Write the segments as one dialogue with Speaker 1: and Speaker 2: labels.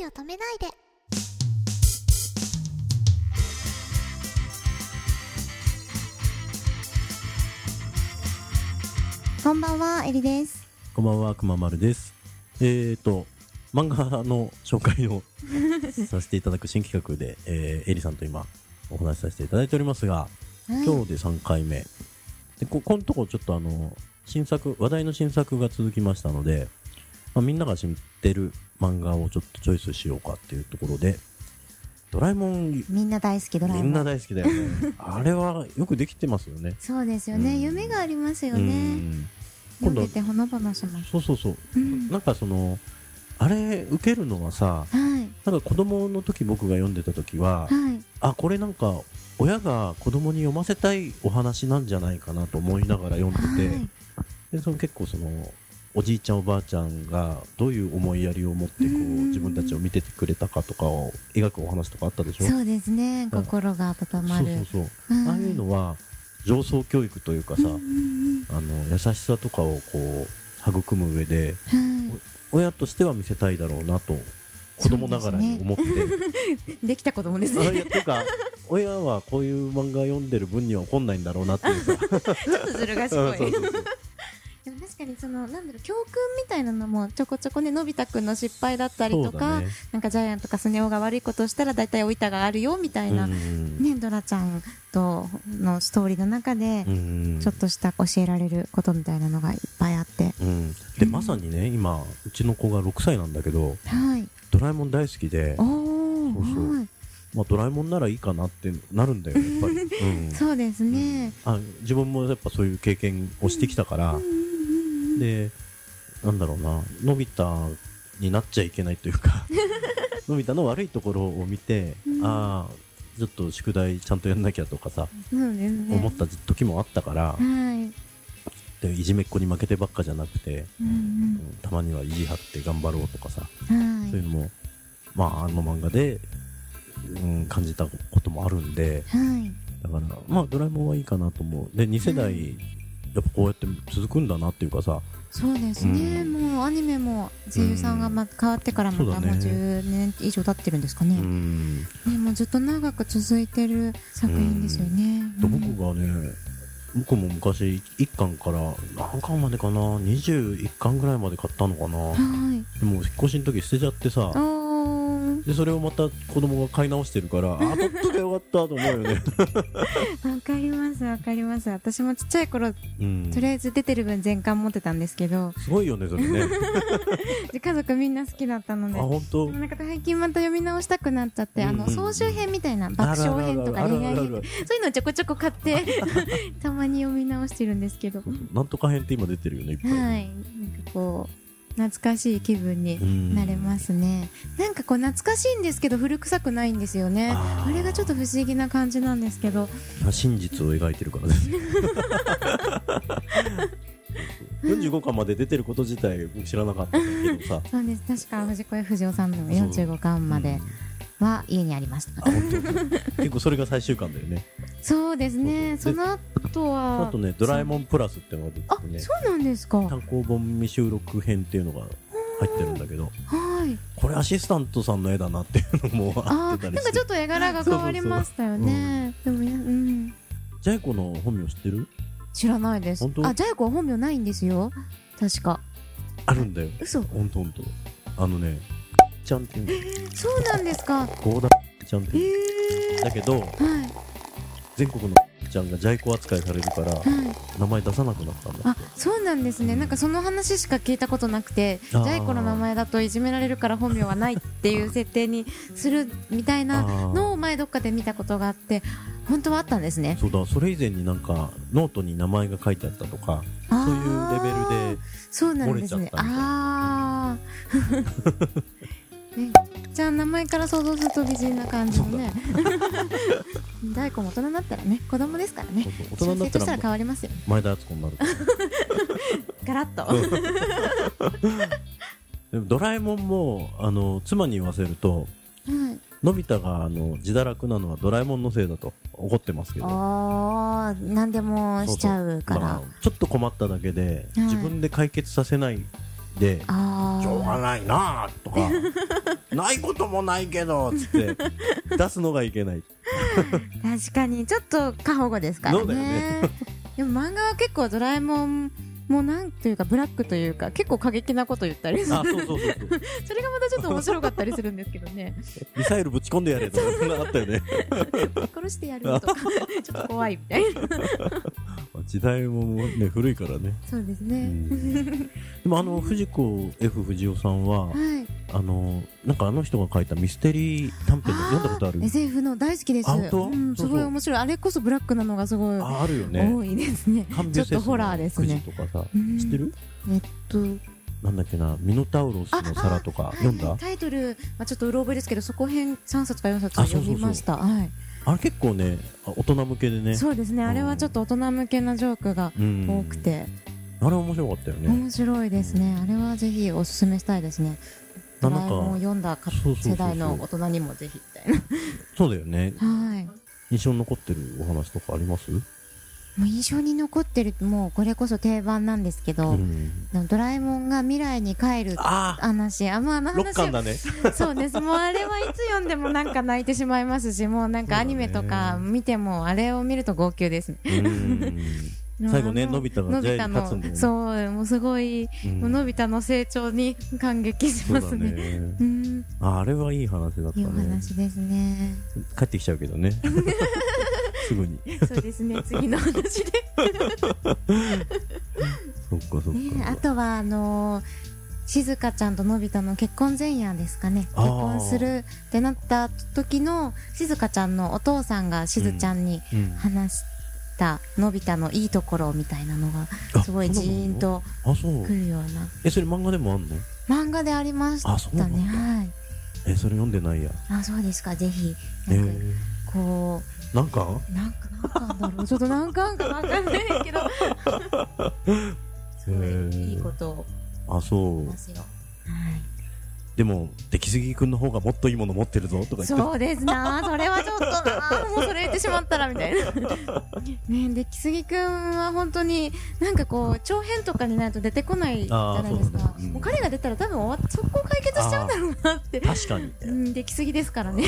Speaker 1: いを止めないでこんばんはえりです
Speaker 2: こんばんは、くままるです。えーと、漫画の紹 介をさせていただく新企画で、えー、エリさんと今、お話しさせていただいておりますが、
Speaker 1: はい
Speaker 2: 今日で3回目。で、こ、このとこちょっとあの、新作、話題の新作が続きましたので、まあ、みんなが知ってる漫画をちょっとチョイスしようかっていうところで、ドラえもん、
Speaker 1: みんな大好きドラえ
Speaker 2: み
Speaker 1: もん
Speaker 2: んな大好きだよね。あれはよくできてますよね。
Speaker 1: そうですよね、
Speaker 2: うん
Speaker 1: 夢がありますよ
Speaker 2: う
Speaker 1: ね
Speaker 2: ん。今
Speaker 1: 読
Speaker 2: 度
Speaker 1: んでてほのぼのします
Speaker 2: そうそうそう。
Speaker 1: うん
Speaker 2: なんかその、あれ受けるのはさ、
Speaker 1: はい
Speaker 2: なんか子供の時僕が読んでた時は、
Speaker 1: はい
Speaker 2: あ、これなんか親が子供に読ませたいお話なんじゃないかなと思いながら読んでて、
Speaker 1: はい
Speaker 2: でその結構その、おじいちゃんおばあちゃんがどういう思いやりを持ってこう
Speaker 1: うん
Speaker 2: 自分たちを見ててくれたかとかを描くお話とかあったでしょ
Speaker 1: そうですね
Speaker 2: うん
Speaker 1: 心が温ま
Speaker 2: そう
Speaker 1: る
Speaker 2: そうそう。
Speaker 1: うん
Speaker 2: ああいうのは上層教育というかさ、
Speaker 1: うんうん
Speaker 2: あの優しさとかをこう育む上で
Speaker 1: うんは
Speaker 2: 親としては見せたいだろうなと子供ながらに思って、
Speaker 1: いできた子供です
Speaker 2: あいや
Speaker 1: ね
Speaker 2: てか親はこういう漫画読んでる分には怒んないんだろうなっ ていうか
Speaker 1: ちょっとずる
Speaker 2: うんそう
Speaker 1: 賢
Speaker 2: そう
Speaker 1: い
Speaker 2: そう
Speaker 1: でも確かにそのなんだろう教訓みたいなのもちょこちょこねのび太くんの失敗だったり
Speaker 2: そ
Speaker 1: とか、
Speaker 2: うだね
Speaker 1: なんかジャイアンとかスネ夫が悪いことをしたら大体お板があるよみたいな、
Speaker 2: うん
Speaker 1: ねドラちゃんとのストーリーの中で
Speaker 2: うんうん
Speaker 1: ちょっとした教えられることみたいなのがいっぱいあって、
Speaker 2: うんでまさにね今うちの子が6歳なんだけど
Speaker 1: はい
Speaker 2: ドラえもん大好きで
Speaker 1: お、ー
Speaker 2: そうそう
Speaker 1: はい
Speaker 2: まあ、ドラえもんならいいかなってなるんだよやっぱり、う ん
Speaker 1: そうですね、
Speaker 2: あ自分もやっぱそういう経験をしてきたから、
Speaker 1: うんうんうん
Speaker 2: で、なんだろうな、のび太になっちゃいけないという か、のび太の悪いところを見て、
Speaker 1: うん
Speaker 2: ああ、ちょっと宿題ちゃんとやんなきゃとかさ、
Speaker 1: そうですね
Speaker 2: 思った時もあったから、
Speaker 1: はい
Speaker 2: でいじめっ子に負けてばっかじゃなくて、
Speaker 1: うん
Speaker 2: うんたまには意地張って頑張ろうとかさ、
Speaker 1: うんはい
Speaker 2: そう
Speaker 1: いう
Speaker 2: のも、まあ、あの漫画で、うん、感じたこともあるんで、
Speaker 1: はい
Speaker 2: だから、まあ、ドラえもんはいいかなと思う。で、2世代、やっぱこうやって続くんだなっていうかさ、
Speaker 1: そうですね、
Speaker 2: う
Speaker 1: もうアニメも声優さんがま変わってからま
Speaker 2: そう
Speaker 1: た
Speaker 2: だ
Speaker 1: も
Speaker 2: ね
Speaker 1: う10年以上経ってるんですかね、
Speaker 2: うん
Speaker 1: ね、もうずっと長く続いてる作品ですよね。
Speaker 2: で僕がね僕も昔1巻から何巻までかな21巻ぐらいまで買ったのかな
Speaker 1: はい。
Speaker 2: でも引っ越しの時捨てちゃって
Speaker 1: あ
Speaker 2: さ
Speaker 1: ー
Speaker 2: でそれをまた子供が買い直してるからあ取っとけばよかったと思うよね、
Speaker 1: わかりますわかります。私もちっちゃい頃
Speaker 2: うん、
Speaker 1: とりあえず出てる分全巻持ってたんですけ ど、
Speaker 2: すごいよねそれね
Speaker 1: で家族みんな好きだったの
Speaker 2: あ
Speaker 1: で。
Speaker 2: 本当
Speaker 1: なんか最近また読み直したくなっちゃって、あの
Speaker 2: うんうん
Speaker 1: 総集編みたいな
Speaker 2: あ
Speaker 1: 爆
Speaker 2: る
Speaker 1: 笑
Speaker 2: あるあ
Speaker 1: 編と
Speaker 2: る
Speaker 1: か
Speaker 2: ある
Speaker 1: 恋愛
Speaker 2: あるあ
Speaker 1: 編と
Speaker 2: る
Speaker 1: かそういうのをちょこちょこ買って たまに読み直してるんですけど、は
Speaker 2: なんとか編って今出てるよねいっぱ
Speaker 1: い、
Speaker 2: い
Speaker 1: な
Speaker 2: ね、
Speaker 1: んかこう懐かしい気分に
Speaker 2: うん
Speaker 1: なれますね、なんかこう懐かしいんですけど古臭くないんですよね
Speaker 2: あ
Speaker 1: あ
Speaker 2: ー
Speaker 1: れがちょっと不思議な感じなんですけど
Speaker 2: 真実を描いてるからね45巻まで出てること自体僕知らなかったんだけどさ
Speaker 1: そうです確か藤子 F 不二雄さんの
Speaker 2: そう
Speaker 1: 45巻までは家にありました、
Speaker 2: あ本当結構それが最終巻だよね。
Speaker 1: そうですね
Speaker 2: そ
Speaker 1: そうの後は
Speaker 2: あとね、ドラえもんプラスってのが出
Speaker 1: あ
Speaker 2: ててね、
Speaker 1: そうなんですかは
Speaker 2: 単行本未収録編っていうのが入ってるんだけど、
Speaker 1: い
Speaker 2: これアシスタントさんの絵だなっていうのもあ
Speaker 1: あー
Speaker 2: って
Speaker 1: な
Speaker 2: たり
Speaker 1: ん
Speaker 2: し
Speaker 1: かち
Speaker 2: て
Speaker 1: ょ。っと絵柄が変わりましたよねでもうん
Speaker 2: ジャイコの本名知ってる
Speaker 1: 知らないです
Speaker 2: 本当
Speaker 1: あジャイ子は本名ないんですよ確か
Speaker 2: あるんだよ。
Speaker 1: 嘘
Speaker 2: ほんとほんと。あのね、ちゃんっていうの。
Speaker 1: そうなんですか
Speaker 2: ゴーダちゃんって
Speaker 1: へえ
Speaker 2: いうの。だけど、
Speaker 1: はい
Speaker 2: 全国のちゃんがジャイコ扱いされるから、
Speaker 1: はい
Speaker 2: 名前出さなくなったん
Speaker 1: あ
Speaker 2: だって。
Speaker 1: そうなんですね、なんかその話しか聞いたことなくて、ジ
Speaker 2: あー
Speaker 1: ャイ子の名前だといじめられるから本名はないっていう設定にするみたいなのを前、どっかで見たことがあって、本当はあったんですね。
Speaker 2: そうだ、それ以前になんか、ノートに名前が書いてあったとか、そういうレベルで、
Speaker 1: そうなんです
Speaker 2: 漏れ
Speaker 1: ね
Speaker 2: ち。ゃったみたい
Speaker 1: ああ。 ね、じゃあ名前から想像すると美人な感じのね。 大子も大人になったらね、子供ですからね。
Speaker 2: そうそう大人になっ
Speaker 1: 成
Speaker 2: た
Speaker 1: 長した
Speaker 2: ら
Speaker 1: ら変わりますよ。
Speaker 2: 前田敦子になるから
Speaker 1: ガラッと。
Speaker 2: でもドラえもんもあの妻に言わせると
Speaker 1: はい。
Speaker 2: のび太があの自堕落なのはドラえもんのせいだと怒ってますけど
Speaker 1: ああ、何でもしちゃうから。
Speaker 2: まあちょっと困っただけで、
Speaker 1: はい
Speaker 2: 自分で解決させないで
Speaker 1: あ
Speaker 2: しょう
Speaker 1: あ
Speaker 2: がないなあとか ないこともないけどつって出すのがい けない
Speaker 1: 確かにちょっと過保護ですから
Speaker 2: そうだよ
Speaker 1: ねでも漫画は結構ドラえもんもなんというかブラックというか結構過激なこと言ったりする
Speaker 2: あそうそうそうそう
Speaker 1: それがまたちょっと面白かったりするんですけど ね
Speaker 2: ミサイルぶち込んでやれとかそんなのあった よね
Speaker 1: 殺してやるとかちょっと怖いみたいな
Speaker 2: 時代ももうね古いからね、
Speaker 1: そうです
Speaker 2: う
Speaker 1: ね、
Speaker 2: ん、でもあの藤子 F 不二雄さんは
Speaker 1: はい
Speaker 2: あのなんかあの人が書いたミステリー短編で読んだことある
Speaker 1: SF の大好きです
Speaker 2: あ本当
Speaker 1: うん、す
Speaker 2: そう
Speaker 1: ごい
Speaker 2: そう
Speaker 1: 面白いあれこそブラックなのがすごい
Speaker 2: ああるよね
Speaker 1: 多いですね
Speaker 2: 看
Speaker 1: ちょ
Speaker 2: 病
Speaker 1: っとホラーですね
Speaker 2: とかさ
Speaker 1: うん
Speaker 2: 知ってる
Speaker 1: えっと
Speaker 2: なんだっけなミノタウロスの皿とか読ん
Speaker 1: は
Speaker 2: だ
Speaker 1: いタイトル、まあ、ちょっとうろ覚えですけどそこへん3冊か4冊
Speaker 2: あそうそう
Speaker 1: 読
Speaker 2: そう
Speaker 1: みましたはい
Speaker 2: あれ結構ねあ大人向けでね
Speaker 1: そうですね、
Speaker 2: うん
Speaker 1: あれはちょっと大人向けなジョークが
Speaker 2: うん
Speaker 1: 多くて、
Speaker 2: あれ面白かったよね
Speaker 1: 面白いですね、あれはぜひおすすめしたいですね。
Speaker 2: な
Speaker 1: ド
Speaker 2: んか
Speaker 1: ラえもんを読んだか
Speaker 2: そうそうそうそう
Speaker 1: 世代の大人にもぜひみたい
Speaker 2: そうだよね
Speaker 1: な。はい。
Speaker 2: 印象に残ってるお話とかあります
Speaker 1: もう印象に残ってる、もうこれこそ定番なんですけど、
Speaker 2: うん
Speaker 1: あのドラえもんが未来に帰る
Speaker 2: ああ
Speaker 1: 話、あ、まあ、あの
Speaker 2: 六
Speaker 1: 話
Speaker 2: 巻
Speaker 1: は、
Speaker 2: だね
Speaker 1: そうです。もうあれはいつ読んでもなんか泣いてしまいますし、もうなんかアニメとか見ても、あれを見ると号泣ですね。
Speaker 2: うん最後ね
Speaker 1: あ
Speaker 2: のび太が
Speaker 1: の
Speaker 2: ジ
Speaker 1: び
Speaker 2: ャイ
Speaker 1: 太
Speaker 2: に勝つんだよ
Speaker 1: の、
Speaker 2: ね
Speaker 1: そう、もうすごい、
Speaker 2: うん
Speaker 1: もうのび太の成長に感激しま
Speaker 2: そ
Speaker 1: す
Speaker 2: うだ
Speaker 1: ね。
Speaker 2: ね
Speaker 1: うん、
Speaker 2: ああれはいい話だった
Speaker 1: いいお
Speaker 2: ね
Speaker 1: 話ですね。
Speaker 2: 帰ってきちゃうけ どねすぐに
Speaker 1: そうですね、次の話で。
Speaker 2: そっかそっ
Speaker 1: ね、あ
Speaker 2: か
Speaker 1: とは、あのー静香ちゃんとのび太の結婚前夜ですかね結
Speaker 2: あー
Speaker 1: 婚するってなった時の静香ちゃんのお父さんがしずちゃんに
Speaker 2: うん
Speaker 1: 話したのび太のいいところみたいなのが
Speaker 2: あ
Speaker 1: すごいジーンと
Speaker 2: あそう
Speaker 1: くるような
Speaker 2: えそれ漫画でもあんの
Speaker 1: 漫画でありまし
Speaker 2: あそうな
Speaker 1: た
Speaker 2: ん
Speaker 1: ね
Speaker 2: だ
Speaker 1: はい
Speaker 2: えそれ読んでないや
Speaker 1: あそうですかぜひ
Speaker 2: え
Speaker 1: なんかこう
Speaker 2: なんか
Speaker 1: なんかなんかだろうちょっ と何巻かわかんない けどすごいいいことを
Speaker 2: あそ
Speaker 1: 言いうますよ、は
Speaker 2: でも出来すぎくんの方がもっといいもの持ってるぞとか
Speaker 1: い、
Speaker 2: 言って
Speaker 1: そうですなそれはちょっとなもうそれ言ってしまったらみたい なね出来すぎくんは本当になんかこう長編とかになると出てこないじゃないです
Speaker 2: あーそうだ
Speaker 1: か、
Speaker 2: ねうん
Speaker 1: もう彼が出たら多分終わっそこ解決しちゃうんだろうなって
Speaker 2: 確かに
Speaker 1: うん、出来すぎですから ね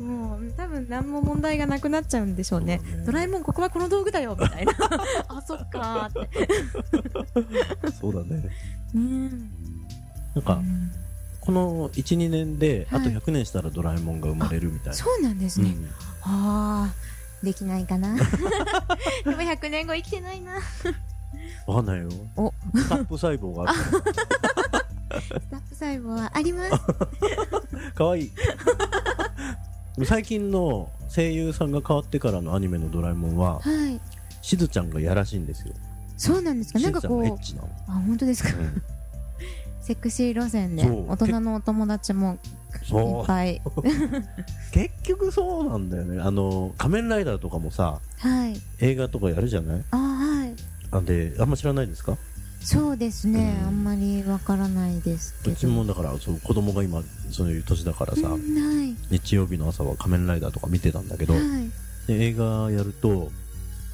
Speaker 1: もう多分何も問題がなくなっちゃうんでしょうね
Speaker 2: そうだね
Speaker 1: ドラえもんここはこの道具だよみたい なあそっかーって
Speaker 2: そうだね
Speaker 1: うん
Speaker 2: なんかこの12年であ
Speaker 1: はい
Speaker 2: と100年したらドラえもんが生まれるみたいな
Speaker 1: そうなんです
Speaker 2: う
Speaker 1: ね、
Speaker 2: ん
Speaker 1: ああできないかなでも100年後生きてないな
Speaker 2: わかんないよ
Speaker 1: お
Speaker 2: スタップ細胞があるか
Speaker 1: スタッフ細胞はあり ます
Speaker 2: らかわいい最近の声優さんが変わってからのアニメのドラえもん
Speaker 1: は
Speaker 2: は
Speaker 1: い
Speaker 2: しずちゃんがやらしいんですよ
Speaker 1: そうなんですか
Speaker 2: し
Speaker 1: なん
Speaker 2: ず
Speaker 1: か
Speaker 2: ちゃんがエ
Speaker 1: こ
Speaker 2: ッチなの
Speaker 1: うあ本当ですか
Speaker 2: うん
Speaker 1: セクシー路線で
Speaker 2: そう
Speaker 1: 大人のお友達もい
Speaker 2: そ
Speaker 1: っぱい
Speaker 2: う 結局そうなんだよねあの仮面ライダーとかもさ
Speaker 1: はい
Speaker 2: 映画とかやるじゃない
Speaker 1: あーはい
Speaker 2: あであんま知らないですか
Speaker 1: そうですね、
Speaker 2: うん
Speaker 1: あんまりわからないですけ
Speaker 2: う
Speaker 1: ど
Speaker 2: ちもだからそう子供が今そういう年だからさ、
Speaker 1: うん
Speaker 2: 日曜日の朝は仮面ライダーとか見てたんだけど
Speaker 1: はい、はい、
Speaker 2: で映画やると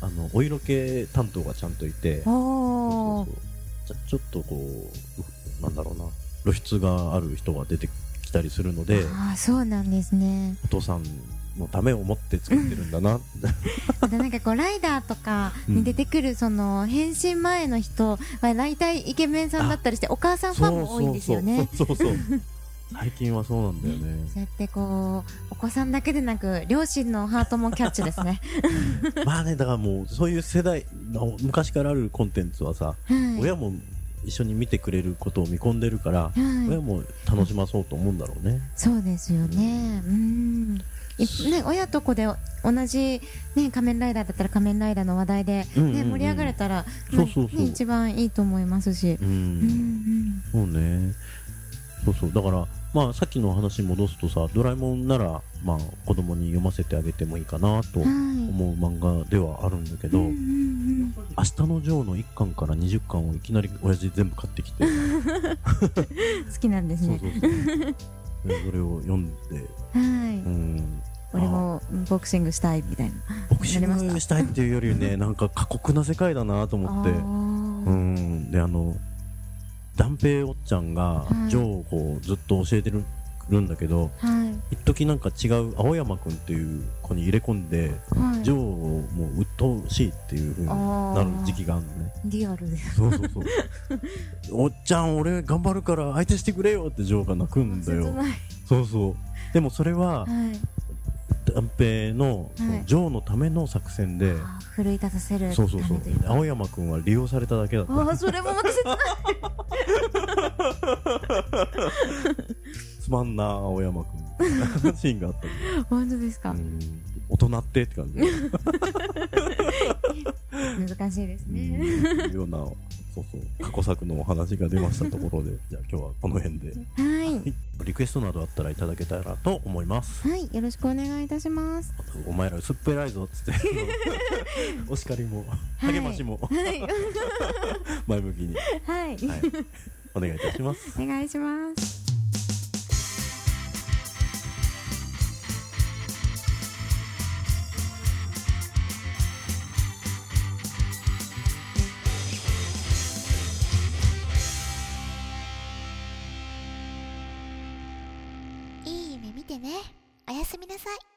Speaker 2: あのお色気担当がちゃんといて
Speaker 1: おー
Speaker 2: そうそうそうちょちょっとこううなんだろうな露出がある人が出てきたりするので
Speaker 1: ああそうなんですね
Speaker 2: お父さんのためを思って作ってるんだな
Speaker 1: またなんかこうライダーと かに出てくるその変身前の人は大体イケメンさんだったりしてお母さんファンも多いんですよね。
Speaker 2: そう そうそうそうそう最近はそうなんだよね
Speaker 1: そうやってこうお子さんだけでなく両親のハートもキャッチですね。
Speaker 2: まあねだからもうそういう世代の昔からあるコンテンツはさ
Speaker 1: はい、
Speaker 2: 親も一緒に見てくれることを見込んでるから親
Speaker 1: はい、
Speaker 2: も楽しまそうと思うんだろうね
Speaker 1: そうですよね。うん。いね親と子で同じね仮面ライダーだったら仮面ライダーの話題で、ね
Speaker 2: うんうんうん
Speaker 1: 盛り上がれたら、ま
Speaker 2: そ
Speaker 1: あ
Speaker 2: うそうそう
Speaker 1: ね一番いいと思いますし。
Speaker 2: う
Speaker 1: うんうんん。
Speaker 2: そうね。そうそう。だから、まあ、さっきの話に戻すとさ、ドラえもんなら、まあ、子供に読ませてあげてもいいかなと
Speaker 1: はい。
Speaker 2: 思う漫画ではあるんだけど、
Speaker 1: うんうんうん
Speaker 2: 明日のジョーの1巻から20巻をいきなり親父全部買ってきて、
Speaker 1: 好き なんです
Speaker 2: そう
Speaker 1: ね。
Speaker 2: そうそう。でそれを読んで、
Speaker 1: はい。
Speaker 2: うん。
Speaker 1: 俺もボクシングしたいみたいな
Speaker 2: ボクシ
Speaker 1: なり
Speaker 2: ン
Speaker 1: ま
Speaker 2: グ
Speaker 1: し
Speaker 2: したいっていうよ りね、なんか過酷な世界だなと思って、
Speaker 1: あー
Speaker 2: うん。で、あの、断平おっちゃんが
Speaker 1: はい
Speaker 2: ジョーをこうずっと教えてるるんだけど
Speaker 1: はい
Speaker 2: 一時なんか違う青山くんっていう子に入れ込んで、
Speaker 1: はい
Speaker 2: ジョーをもう鬱陶しいっていう風になる時期があるのね
Speaker 1: リアルで
Speaker 2: そうそうそう おっちゃん俺頑張るから相手してくれよってジョーが泣くんだ
Speaker 1: 切
Speaker 2: よ
Speaker 1: ない
Speaker 2: そうそうでもそれは
Speaker 1: はい
Speaker 2: 断平のそのジョーのための作戦で、
Speaker 1: あー奮い立たせる
Speaker 2: そうそうそう
Speaker 1: ためといか
Speaker 2: 青山くんは利用されただけだった
Speaker 1: ああそれもまた切ない
Speaker 2: つまんな青山く んシーンがあったんだよ
Speaker 1: 本当ですか、
Speaker 2: うん大人ってって感じ
Speaker 1: 難しいです
Speaker 2: うん
Speaker 1: ね、
Speaker 2: いうような、そうそう、過去作のお話が出ましたとこ ろで、じゃあ今日はこの辺で、
Speaker 1: はい
Speaker 2: リクエストなどあったらいただけたらと思います。
Speaker 1: はいよろしくお願いいたします
Speaker 2: あとお前ら薄っぺらいぞっ つって、お叱りも、
Speaker 1: い
Speaker 2: 励ましも、
Speaker 1: はい
Speaker 2: 前向きに、はい、
Speaker 1: はい
Speaker 2: お願いいたします。
Speaker 1: お願いします
Speaker 3: いい夢見てねおやすみなさい